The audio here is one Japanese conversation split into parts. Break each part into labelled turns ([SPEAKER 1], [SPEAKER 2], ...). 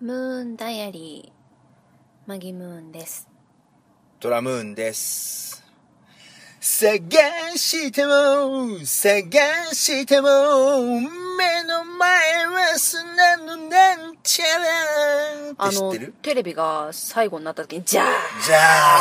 [SPEAKER 1] ムーンダイアリーマギムーンです
[SPEAKER 2] ドラムーンです。探しても、探しても、目の前は砂のなんちゃら
[SPEAKER 1] あ
[SPEAKER 2] って知っ
[SPEAKER 1] の
[SPEAKER 2] てる
[SPEAKER 1] テレビが最後になった時にジャー
[SPEAKER 2] じゃあ、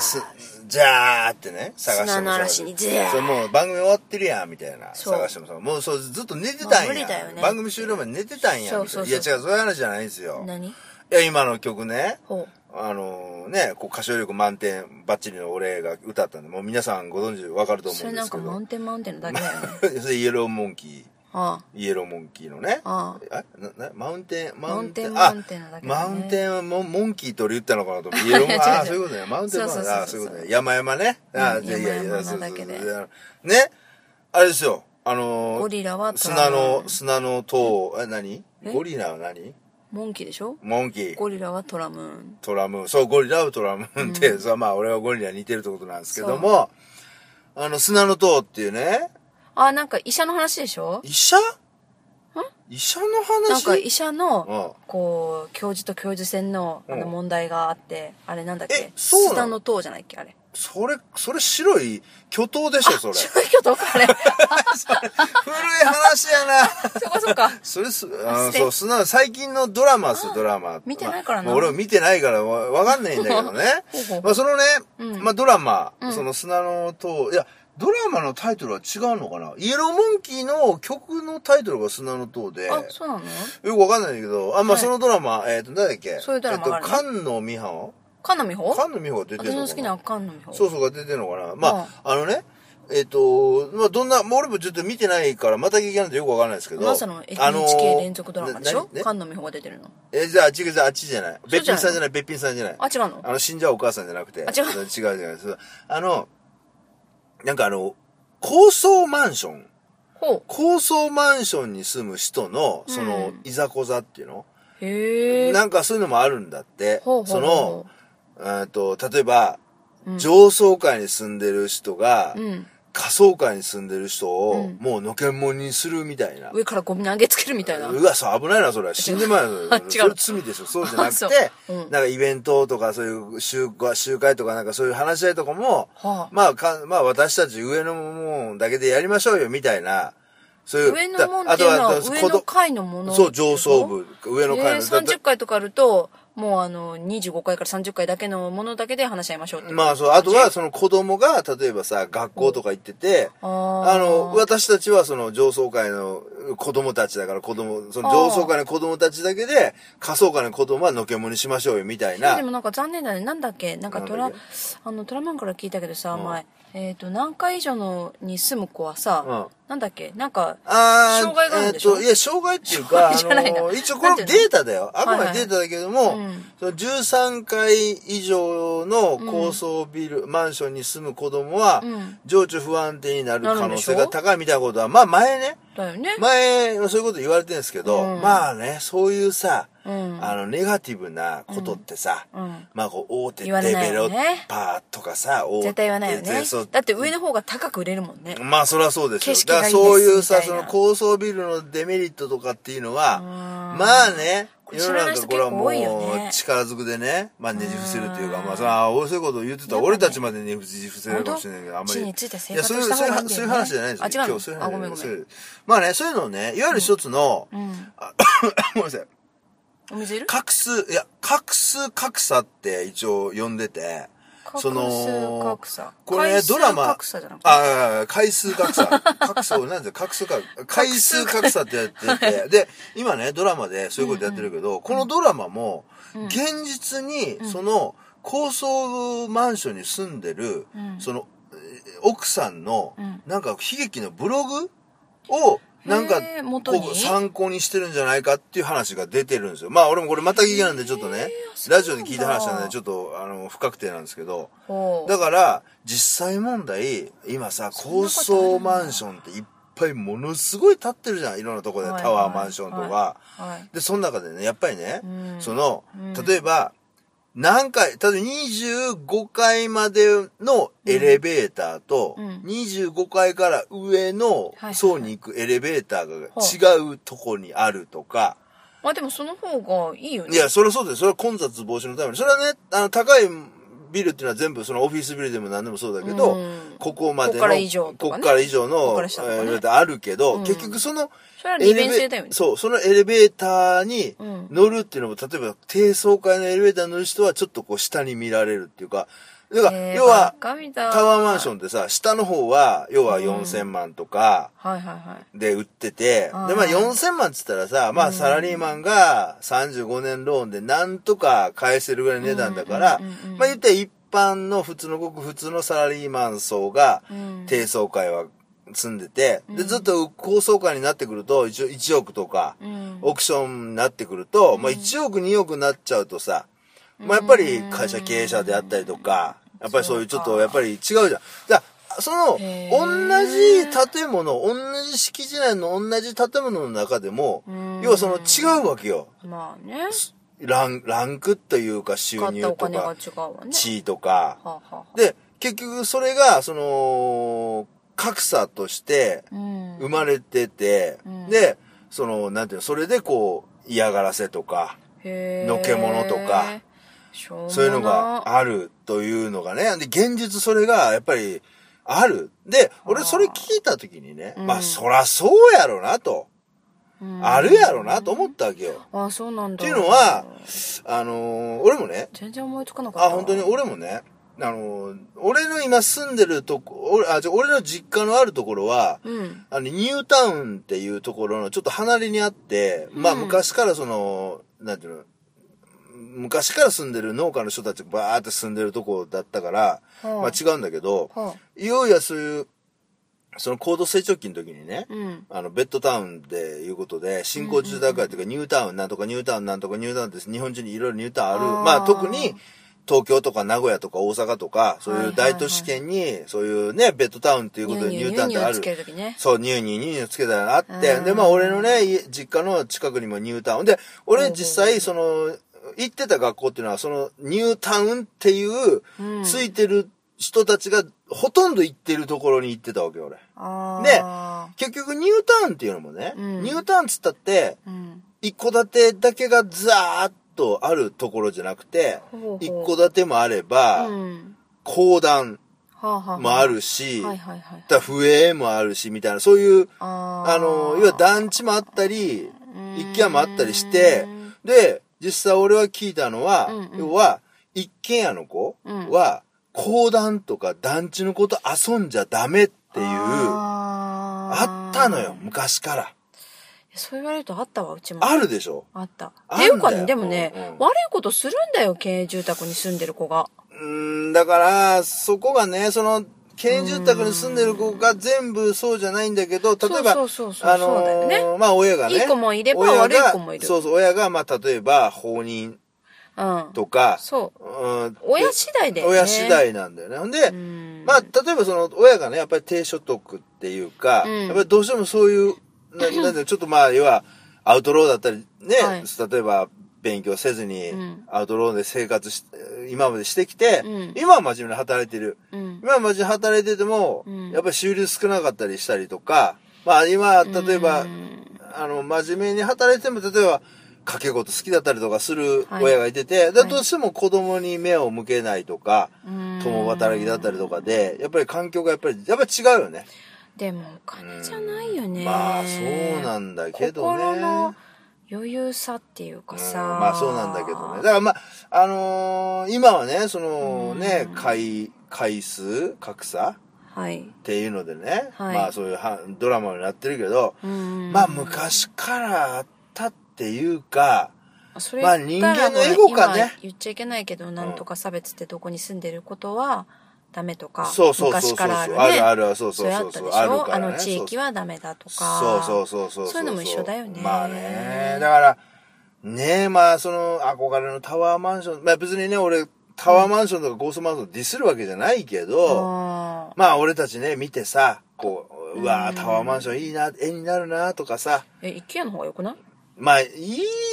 [SPEAKER 2] す、す、じゃあってね、探してもさ。
[SPEAKER 1] 砂の嵐にジャー
[SPEAKER 2] そう、もう番組終わってるやん、みたいな。
[SPEAKER 1] そう
[SPEAKER 2] 探してもさ、もうそう、ずっと寝てた
[SPEAKER 1] も
[SPEAKER 2] んや。
[SPEAKER 1] う無理だよね
[SPEAKER 2] 番組終了まで寝てたんや。
[SPEAKER 1] そうそうそう
[SPEAKER 2] みたいないや違う、そういう話じゃないですよ。い
[SPEAKER 1] 何
[SPEAKER 2] や、今の曲ね。
[SPEAKER 1] ほ
[SPEAKER 2] あのね、こう歌唱力満点バッチリの俺が歌ったんで、もう皆さんご存知わかると
[SPEAKER 1] う
[SPEAKER 2] 思
[SPEAKER 1] それ
[SPEAKER 2] うんで
[SPEAKER 1] なん
[SPEAKER 2] すけ
[SPEAKER 1] か
[SPEAKER 2] ど。
[SPEAKER 1] マウンテンマウンテンのだけだよね
[SPEAKER 2] それイエローモンキー、
[SPEAKER 1] あ
[SPEAKER 2] イエローモンキーのね。
[SPEAKER 1] ああ
[SPEAKER 2] えななマウンテン、マウンテン、
[SPEAKER 1] マウンテンマウンテンのだけだね
[SPEAKER 2] マウンテンはモンモンキーと俺言ったのかな と思って、イエローモ
[SPEAKER 1] 違う違
[SPEAKER 2] ン
[SPEAKER 1] う
[SPEAKER 2] ああ、そういうことね。マウンテンマウン
[SPEAKER 1] そうそ
[SPEAKER 2] テ
[SPEAKER 1] うそうそ
[SPEAKER 2] ン、
[SPEAKER 1] う
[SPEAKER 2] ああ、そういうことね。山々ね。ああ、
[SPEAKER 1] うん
[SPEAKER 2] いやいや
[SPEAKER 1] 山
[SPEAKER 2] い
[SPEAKER 1] 々な
[SPEAKER 2] や、そうそう
[SPEAKER 1] だけで
[SPEAKER 2] そうね、あれですよ。あのー
[SPEAKER 1] ゴリラはトラ
[SPEAKER 2] 砂
[SPEAKER 1] ム
[SPEAKER 2] の、砂の塔、え、何
[SPEAKER 1] え
[SPEAKER 2] ゴリラは何
[SPEAKER 1] モンキーでしょ
[SPEAKER 2] モンキー。
[SPEAKER 1] ゴリラはトラムーン
[SPEAKER 2] トラムーンそう、ゴリラはトラムーンって、そうまあ俺はゴリラに似てるってことなんですけども、あの、砂の塔っていうね、
[SPEAKER 1] あなんか医者の話でしょ
[SPEAKER 2] 医者医者の話
[SPEAKER 1] なんか医者の
[SPEAKER 2] う
[SPEAKER 1] こう教授と教授選のあの
[SPEAKER 2] うん
[SPEAKER 1] 問題があってあれなんだっけ
[SPEAKER 2] えそうなの
[SPEAKER 1] 砂の塔じゃないっけあれ
[SPEAKER 2] それ、それ白い巨塔でしょ、それ。
[SPEAKER 1] 白い巨塔かあれ
[SPEAKER 2] 古い話やな。
[SPEAKER 1] そこ そこ
[SPEAKER 2] それす、あ
[SPEAKER 1] 捨
[SPEAKER 2] の
[SPEAKER 1] て
[SPEAKER 2] そう、すなわち最近のドラマですよ、ドラマ。
[SPEAKER 1] 見てないからな
[SPEAKER 2] まあ俺も見てないからわわかんないんだけどね
[SPEAKER 1] ほうほう。
[SPEAKER 2] まあそのね、
[SPEAKER 1] うん
[SPEAKER 2] まあドラマ、その砂の塔、いや、ドラマのタイトルは違うのかなイエローモンキーの曲のタイトルが砂の塔で、
[SPEAKER 1] あそうなの
[SPEAKER 2] よくわかんないんだけど、あ、ま
[SPEAKER 1] はい
[SPEAKER 2] あそのドラマ、えっ、と、なんだっけ
[SPEAKER 1] そういうドラマがあ
[SPEAKER 2] えっ
[SPEAKER 1] るの
[SPEAKER 2] と、菅野美穂
[SPEAKER 1] カンナミホ
[SPEAKER 2] 菅野美穂が出てる
[SPEAKER 1] 私
[SPEAKER 2] のかな
[SPEAKER 1] の好きなカンナミホ
[SPEAKER 2] そうそうが出てるのかな。まあ、あのね、えっ、と、まあ、どんな、もう俺もちょっと見てないから、また聞かないとよくわかんないですけど。
[SPEAKER 1] まさの
[SPEAKER 2] あの
[SPEAKER 1] NHK 連続ドラマでしょ
[SPEAKER 2] なな
[SPEAKER 1] 菅野美穂が出てるの
[SPEAKER 2] え、じゃあ、違う違う、あっちじゃない。べ
[SPEAKER 1] そう
[SPEAKER 2] っ
[SPEAKER 1] じ
[SPEAKER 2] ぴ
[SPEAKER 1] ゃない
[SPEAKER 2] んさんじゃない、べっぴんさんじゃない。
[SPEAKER 1] あ違うの
[SPEAKER 2] あの、死んじゃうお母さんじゃなくて。
[SPEAKER 1] あ違う
[SPEAKER 2] 違うじゃないそうあの、なんかあの、高層マンション。
[SPEAKER 1] ほ
[SPEAKER 2] 高層マンションに住む人の、その、
[SPEAKER 1] うん
[SPEAKER 2] いざこざっていうの、
[SPEAKER 1] うへえ
[SPEAKER 2] なんかそういうのもあるんだって。
[SPEAKER 1] ほうほうほ
[SPEAKER 2] その、えっと、例えば、
[SPEAKER 1] うん
[SPEAKER 2] 上層階に住んでる人が、
[SPEAKER 1] ううん
[SPEAKER 2] 仮想階に住んでる人を、
[SPEAKER 1] うん
[SPEAKER 2] もうのけんもんにするみたいな。
[SPEAKER 1] 上からゴミ投げつけるみたいな
[SPEAKER 2] うわ、そう、危ないな、そ れは。死んでまい
[SPEAKER 1] あ
[SPEAKER 2] な、そ
[SPEAKER 1] 違う
[SPEAKER 2] れ。それ罪でしょ。そうじゃなく
[SPEAKER 1] あ
[SPEAKER 2] て、
[SPEAKER 1] そううん
[SPEAKER 2] なんかイベントとか、そういう集会集会とか、なんかそういう話し合いとかも、
[SPEAKER 1] はあ
[SPEAKER 2] まあか、まあ私たち上のもんだけでやりましょうよ、みたいな。そういう。
[SPEAKER 1] 上のもんっていうのは
[SPEAKER 2] あとあと
[SPEAKER 1] 上の階のもの
[SPEAKER 2] そう、上層部。上
[SPEAKER 1] え
[SPEAKER 2] の階の。だ
[SPEAKER 1] 30回とかあるともうあの25回から30回だけのものだけで話し合いましょうって
[SPEAKER 2] まあそう、あとはその子供が、例えばさ、学校とか行ってて、
[SPEAKER 1] あー
[SPEAKER 2] あの、私たちはその上層階の子供たちだから子供、その上層階の子供たちだけで、下層階の子供はのけもにしましょうよ、みたいな
[SPEAKER 1] で。もなんか残念だねなんだっけなんかト
[SPEAKER 2] な
[SPEAKER 1] ラ
[SPEAKER 2] んだっ
[SPEAKER 1] あのトラマンから聞いたけどさ前えっと何回以上のに住む子はさ
[SPEAKER 2] うん
[SPEAKER 1] なんだっけなんか
[SPEAKER 2] あー
[SPEAKER 1] 障害があるんでしょ
[SPEAKER 2] えっといや、障害っていうか、あ
[SPEAKER 1] 障害じゃないな
[SPEAKER 2] の、一応これ
[SPEAKER 1] なん
[SPEAKER 2] デ
[SPEAKER 1] ていうの
[SPEAKER 2] ータだよ。あくま
[SPEAKER 1] はい
[SPEAKER 2] で
[SPEAKER 1] はい
[SPEAKER 2] データだけども、
[SPEAKER 1] うん
[SPEAKER 2] その13階以上の高層ビル、マンションに住む子供は、
[SPEAKER 1] うん
[SPEAKER 2] 情緒不安定になる
[SPEAKER 1] なる
[SPEAKER 2] 可
[SPEAKER 1] んで
[SPEAKER 2] 能
[SPEAKER 1] しょ
[SPEAKER 2] 性が高いみたいなことは、まあ前ね、
[SPEAKER 1] だよね
[SPEAKER 2] 前、そういうこと言われてるんですけど、
[SPEAKER 1] うん
[SPEAKER 2] まあね、そういうさ、
[SPEAKER 1] うん
[SPEAKER 2] あの、ネガティブなことってさ、
[SPEAKER 1] うん
[SPEAKER 2] まあこう、大手デ
[SPEAKER 1] 言われない
[SPEAKER 2] ベ
[SPEAKER 1] よ
[SPEAKER 2] ロ
[SPEAKER 1] ね
[SPEAKER 2] ッパーとかさ、大手
[SPEAKER 1] 絶対言わないよね
[SPEAKER 2] そう
[SPEAKER 1] だって上の方が高く売れるもんね
[SPEAKER 2] まあそりゃそうですよ
[SPEAKER 1] 景。色
[SPEAKER 2] だ
[SPEAKER 1] が
[SPEAKER 2] か
[SPEAKER 1] いいで
[SPEAKER 2] ら
[SPEAKER 1] す
[SPEAKER 2] そういうさ、
[SPEAKER 1] みたい
[SPEAKER 2] そ
[SPEAKER 1] な
[SPEAKER 2] の高層ビルのデメリットとかっていうのは、
[SPEAKER 1] うん
[SPEAKER 2] まあね、
[SPEAKER 1] これ
[SPEAKER 2] 世の中これはも
[SPEAKER 1] 知らない人結構多いよね
[SPEAKER 2] う力ずくでね、まあねじ伏せるというか、
[SPEAKER 1] うん
[SPEAKER 2] まあさ、そういうことを言ってたら俺たちまでねじ伏せるかもしれないけど、あ
[SPEAKER 1] 本
[SPEAKER 2] ん
[SPEAKER 1] 当
[SPEAKER 2] ま
[SPEAKER 1] 地
[SPEAKER 2] り。
[SPEAKER 1] について生
[SPEAKER 2] いや、
[SPEAKER 1] 活
[SPEAKER 2] そういう、
[SPEAKER 1] した
[SPEAKER 2] そ
[SPEAKER 1] 方
[SPEAKER 2] うい
[SPEAKER 1] がいいんだよね
[SPEAKER 2] うそういう話じゃないですよ。
[SPEAKER 1] あ違うの
[SPEAKER 2] 今日そういう話
[SPEAKER 1] あごめんごめん
[SPEAKER 2] そういうまあね、そういうのをね、いわゆる一つの、
[SPEAKER 1] うん
[SPEAKER 2] あ ごめんなさい。
[SPEAKER 1] お水いる
[SPEAKER 2] 画数、いや、画数格差って一応呼んでて、その
[SPEAKER 1] 格差格差
[SPEAKER 2] これ
[SPEAKER 1] 回
[SPEAKER 2] ね、
[SPEAKER 1] 数
[SPEAKER 2] ドラマ、
[SPEAKER 1] 格差じゃなくて
[SPEAKER 2] ああ、回数格差。格差、なんで格差か、回数格差ってやってて、で、今ね、ドラマでそういうことやってるけど、このドラマも、現実に、その、高層マンションに住んでる、
[SPEAKER 1] うん
[SPEAKER 2] その、えー奥さんの、
[SPEAKER 1] うん
[SPEAKER 2] なんか悲劇のブログを、なんか
[SPEAKER 1] へー、元に
[SPEAKER 2] こう、参考にしてるんじゃないかっていう話が出てるんですよ。まあ、俺もこれまた聞きなんで、ちょっとね、
[SPEAKER 1] そうなんだ
[SPEAKER 2] ラジオで聞いた話なんで、ちょっと、あの、不確定なんですけど、
[SPEAKER 1] ほう
[SPEAKER 2] だから、実際問題、今さ、高層マンションっていっぱいものすごい建ってるじゃん。いろんなとこで、
[SPEAKER 1] はい
[SPEAKER 2] タワーマンションとか。
[SPEAKER 1] はい
[SPEAKER 2] で、その中でね、やっぱりね、
[SPEAKER 1] うん
[SPEAKER 2] その
[SPEAKER 1] うん、
[SPEAKER 2] 例えば、何回、例えば25階までのエレベーターと、
[SPEAKER 1] うん
[SPEAKER 2] 25階から上の
[SPEAKER 1] はい
[SPEAKER 2] 層に行くエレベーター
[SPEAKER 1] ほ
[SPEAKER 2] が違うとこにあるとか、
[SPEAKER 1] まあでもその方がいいよね
[SPEAKER 2] いや、それはそうです。それは混雑防止のために。それはね、あの、高いビルっていうのは全部、そのオフィスビルでも何でもそうだけど、
[SPEAKER 1] うん
[SPEAKER 2] ここまでの、
[SPEAKER 1] ここから以上と
[SPEAKER 2] こ
[SPEAKER 1] かね
[SPEAKER 2] こから以上
[SPEAKER 1] ここ
[SPEAKER 2] の、
[SPEAKER 1] から下とかね
[SPEAKER 2] えーあるけど、結局その、
[SPEAKER 1] それは利便性だよね
[SPEAKER 2] エレベそう、そのエレベーターに
[SPEAKER 1] うん
[SPEAKER 2] 乗るっていうのも、例えば低層階のエレベーターに乗る人はちょっとこう下に見られるっていうか、だから、
[SPEAKER 1] えー
[SPEAKER 2] 要は、
[SPEAKER 1] バカみ
[SPEAKER 2] タ
[SPEAKER 1] たい
[SPEAKER 2] ワーマンションってさ、下の方は、要は4000万とか、
[SPEAKER 1] はいはいはい
[SPEAKER 2] で売ってて、で、ま
[SPEAKER 1] あ
[SPEAKER 2] あ
[SPEAKER 1] ー
[SPEAKER 2] 4000万っつったらさ、まあサラリーマンが35年ローンでなんとか返せるぐらいの値段だから
[SPEAKER 1] うんうんうんうん、
[SPEAKER 2] まあ言ったら一般の普通のごく普通のサラリーマン層が
[SPEAKER 1] うん
[SPEAKER 2] 低層階は住んでて、で、ずっと高層階になってくると、一応1億とか、
[SPEAKER 1] うん
[SPEAKER 2] オークションになってくると、まあ1億2億になっちゃうとさ、まあやっぱり会社経営者であったりとか、やっぱりそういうちょっ
[SPEAKER 1] そう
[SPEAKER 2] と
[SPEAKER 1] か
[SPEAKER 2] やっぱり違うじゃん。じゃあその、同
[SPEAKER 1] へー
[SPEAKER 2] じ建物、同じ敷地内の同じ建物の中でも
[SPEAKER 1] ん、
[SPEAKER 2] 要はその違うわけよ。
[SPEAKER 1] まあね
[SPEAKER 2] ラン、ランクというか収
[SPEAKER 1] 買っ
[SPEAKER 2] 入
[SPEAKER 1] たお
[SPEAKER 2] と
[SPEAKER 1] 金が
[SPEAKER 2] か、
[SPEAKER 1] 違うわね
[SPEAKER 2] 地位とか。
[SPEAKER 1] はあ、はあはあ、
[SPEAKER 2] で、結局それが、その、格差として
[SPEAKER 1] うん
[SPEAKER 2] 生まれてて、
[SPEAKER 1] ん
[SPEAKER 2] で、その、なんていうの、それでこう、嫌がらせとか、
[SPEAKER 1] へー
[SPEAKER 2] のけものとか
[SPEAKER 1] しょうもな
[SPEAKER 2] そういうのがあるというのがね。で、現実それがやっぱりある。で、俺それ聞いた時にね、
[SPEAKER 1] うん
[SPEAKER 2] まあそらそうやろなと、
[SPEAKER 1] うん
[SPEAKER 2] あるやろなと思ったわけよ。
[SPEAKER 1] あそうなんだ
[SPEAKER 2] っていうのはあのー俺もね、
[SPEAKER 1] 全然思いつかなかった
[SPEAKER 2] あ、本当に俺もね、あのー俺の今住んでるとこ、俺、あ、じゃあ俺の実家のあるところは、
[SPEAKER 1] うん
[SPEAKER 2] あの、ニュータウンっていうところのちょっと離れにあって、まあ
[SPEAKER 1] うん
[SPEAKER 2] 昔からその、なんていうの、昔から住んでる農家の人たちがバーって住んでるとこだったから、
[SPEAKER 1] はあ
[SPEAKER 2] まあ違うんだけど、
[SPEAKER 1] はい
[SPEAKER 2] よいよそういう、その高度成長期の時にね、
[SPEAKER 1] あうん
[SPEAKER 2] あの、ベッドタウンっていうことで、新興住宅街というか、ニュータウンなんとかニュータウンなんとかニュータウンって日本中にいろいろニュータウンある。
[SPEAKER 1] あー
[SPEAKER 2] まあ特に、東京とか名古屋とか大阪とか、そういう大都市圏に、そういうね、ベッドタウンっていうことでニュータウンって
[SPEAKER 1] ニューニ
[SPEAKER 2] あ
[SPEAKER 1] ューニューニューつ
[SPEAKER 2] る。
[SPEAKER 1] ける時ね
[SPEAKER 2] そう、ニューニューニューニューつけたらあって、
[SPEAKER 1] うん
[SPEAKER 2] で、まあ俺のね、家実家の近くにもニュータウン。で、俺実際、その、行ってた学校っていうのは、その、ニュータウンっていう
[SPEAKER 1] う、ん
[SPEAKER 2] ついてる人たちが、ほとんど行ってるところに行ってたわけよ、俺。
[SPEAKER 1] ああ
[SPEAKER 2] 結局、ニュータウンっていうのもね、
[SPEAKER 1] うん
[SPEAKER 2] ニュータウンっつったって、
[SPEAKER 1] でうん
[SPEAKER 2] 一戸建てだけがザーッとあるところじゃなくて
[SPEAKER 1] ほうほう、
[SPEAKER 2] 一戸建てもあれば、
[SPEAKER 1] うん
[SPEAKER 2] 公団
[SPEAKER 1] はあはあ
[SPEAKER 2] もあるし、
[SPEAKER 1] はいはいはい
[SPEAKER 2] だ笛もあるし、みたいな、そういう、
[SPEAKER 1] あー
[SPEAKER 2] あの、要は団地もあったり、
[SPEAKER 1] ん
[SPEAKER 2] 一軒家もあったりして、で、実際俺は聞いたのは、
[SPEAKER 1] うんうん
[SPEAKER 2] 要は、一軒家の子
[SPEAKER 1] うん
[SPEAKER 2] は、公団とか団地の子と遊んじゃダメっていう、あ
[SPEAKER 1] あー
[SPEAKER 2] ったのよ、昔から。
[SPEAKER 1] そう言われるとあったわうちも
[SPEAKER 2] あるでしょ
[SPEAKER 1] あった
[SPEAKER 2] あん
[SPEAKER 1] って
[SPEAKER 2] だ
[SPEAKER 1] い
[SPEAKER 2] よ
[SPEAKER 1] うかねでもね、
[SPEAKER 2] うんうん
[SPEAKER 1] 悪いことするんだよ県営住宅に住んでる子が
[SPEAKER 2] うーん、だから、そこがね、その、県営住宅に住んでる子が全部そうじゃないんだけど、例えば、
[SPEAKER 1] そうそうそうそう
[SPEAKER 2] あ
[SPEAKER 1] そうだ
[SPEAKER 2] の
[SPEAKER 1] よ
[SPEAKER 2] ーまあ親がね、
[SPEAKER 1] いい子もいれば
[SPEAKER 2] 親が
[SPEAKER 1] 悪い子もいる
[SPEAKER 2] そうそう、親が、まあ例えば、放任
[SPEAKER 1] うん
[SPEAKER 2] とか、
[SPEAKER 1] そう
[SPEAKER 2] うん
[SPEAKER 1] 親次第だよね
[SPEAKER 2] 親次第なんだよね。ほんで、
[SPEAKER 1] ん
[SPEAKER 2] まあ、例えばその、親がね、やっぱり低所得っていうか、
[SPEAKER 1] うん
[SPEAKER 2] やっぱりどうしてもそういう、 ななんで、ちょっとまあ、要は、アウトローだったり、ね、
[SPEAKER 1] はい
[SPEAKER 2] 例えば、勉強せずに
[SPEAKER 1] ん、
[SPEAKER 2] アウトローで生活し、今までしてきて、
[SPEAKER 1] うん
[SPEAKER 2] 今は真面目に働いてる。
[SPEAKER 1] うん
[SPEAKER 2] 今は真面目に働いてても、
[SPEAKER 1] うん
[SPEAKER 2] やっぱり収入少なかったりしたりとか、まあ、今、例えば、
[SPEAKER 1] うん
[SPEAKER 2] あの、真面目に働いても、例えば、掛け事好きだったりとかする
[SPEAKER 1] はい
[SPEAKER 2] 親がいてて、だ
[SPEAKER 1] はい
[SPEAKER 2] どうしても子供に目を向けないとか、
[SPEAKER 1] うん
[SPEAKER 2] 共働きだったりとかで、やっぱり環境がやっぱり、やっぱり違うよね。
[SPEAKER 1] でもお金じゃないよね
[SPEAKER 2] まあ、そうなんだけどね。
[SPEAKER 1] 心の余裕さっていうかさ、
[SPEAKER 2] うんまあそうなんだけどね。だからまあ、あのー今はね、そのね、回、回数、格差
[SPEAKER 1] はい
[SPEAKER 2] っていうのでね、
[SPEAKER 1] はい
[SPEAKER 2] まあそういうはドラマになってるけど、
[SPEAKER 1] うん
[SPEAKER 2] まあ昔からあったっていうか、
[SPEAKER 1] それ
[SPEAKER 2] ま
[SPEAKER 1] ま
[SPEAKER 2] あ
[SPEAKER 1] あ
[SPEAKER 2] 人
[SPEAKER 1] 人
[SPEAKER 2] 間
[SPEAKER 1] 間
[SPEAKER 2] の
[SPEAKER 1] の
[SPEAKER 2] エ
[SPEAKER 1] エ
[SPEAKER 2] ゴ
[SPEAKER 1] ゴ
[SPEAKER 2] か
[SPEAKER 1] か
[SPEAKER 2] ね
[SPEAKER 1] ね言っちゃいけないけどなんとか差別ってどこに住んでることはダメとか、
[SPEAKER 2] そうそうそうそ
[SPEAKER 1] 昔
[SPEAKER 2] う
[SPEAKER 1] からあるね
[SPEAKER 2] あるあるそうそうそうそう
[SPEAKER 1] れあったでしょ
[SPEAKER 2] あるからね
[SPEAKER 1] あの地域はダメだとか
[SPEAKER 2] そうそうそうそう
[SPEAKER 1] そういうのも一緒だよね
[SPEAKER 2] まあねだからねえまあその憧れのタワーマンションまあ別にね俺タワーマンションとかゴーストマンションディスるわけじゃないけど、
[SPEAKER 1] あ
[SPEAKER 2] まあ俺たちね見てさこううわータワーマンションいいな絵になるなとかさ
[SPEAKER 1] ーえ一軒家の方が良くない
[SPEAKER 2] まあい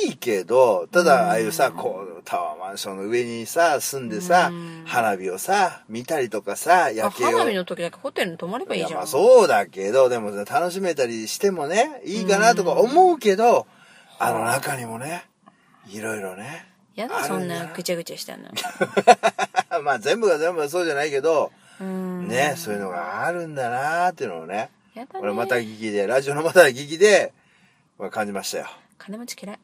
[SPEAKER 2] いけどただああいうさこうタワーマンションの上にさ住んでさ
[SPEAKER 1] うん
[SPEAKER 2] 花火をさ見たりとかさ夜
[SPEAKER 1] あ
[SPEAKER 2] 景を
[SPEAKER 1] 花火の時だけホテルに泊まればいいじゃん
[SPEAKER 2] やまあそうだけど、でもね楽しめたりしてもね、いいかなとか思うけど、あの中にもね、いろいろね。
[SPEAKER 1] や
[SPEAKER 2] あ
[SPEAKER 1] だ
[SPEAKER 2] る
[SPEAKER 1] そん
[SPEAKER 2] だ
[SPEAKER 1] なぐちゃぐちゃしたの
[SPEAKER 2] まあ全部が全部そうじゃないけど、
[SPEAKER 1] うん
[SPEAKER 2] ね、そういうのがあるんだなーっていうのをね、
[SPEAKER 1] やだね
[SPEAKER 2] 俺また聞きで、ラジオのまた聞きで、まあ、感じましたよ。
[SPEAKER 1] 金持ち嫌い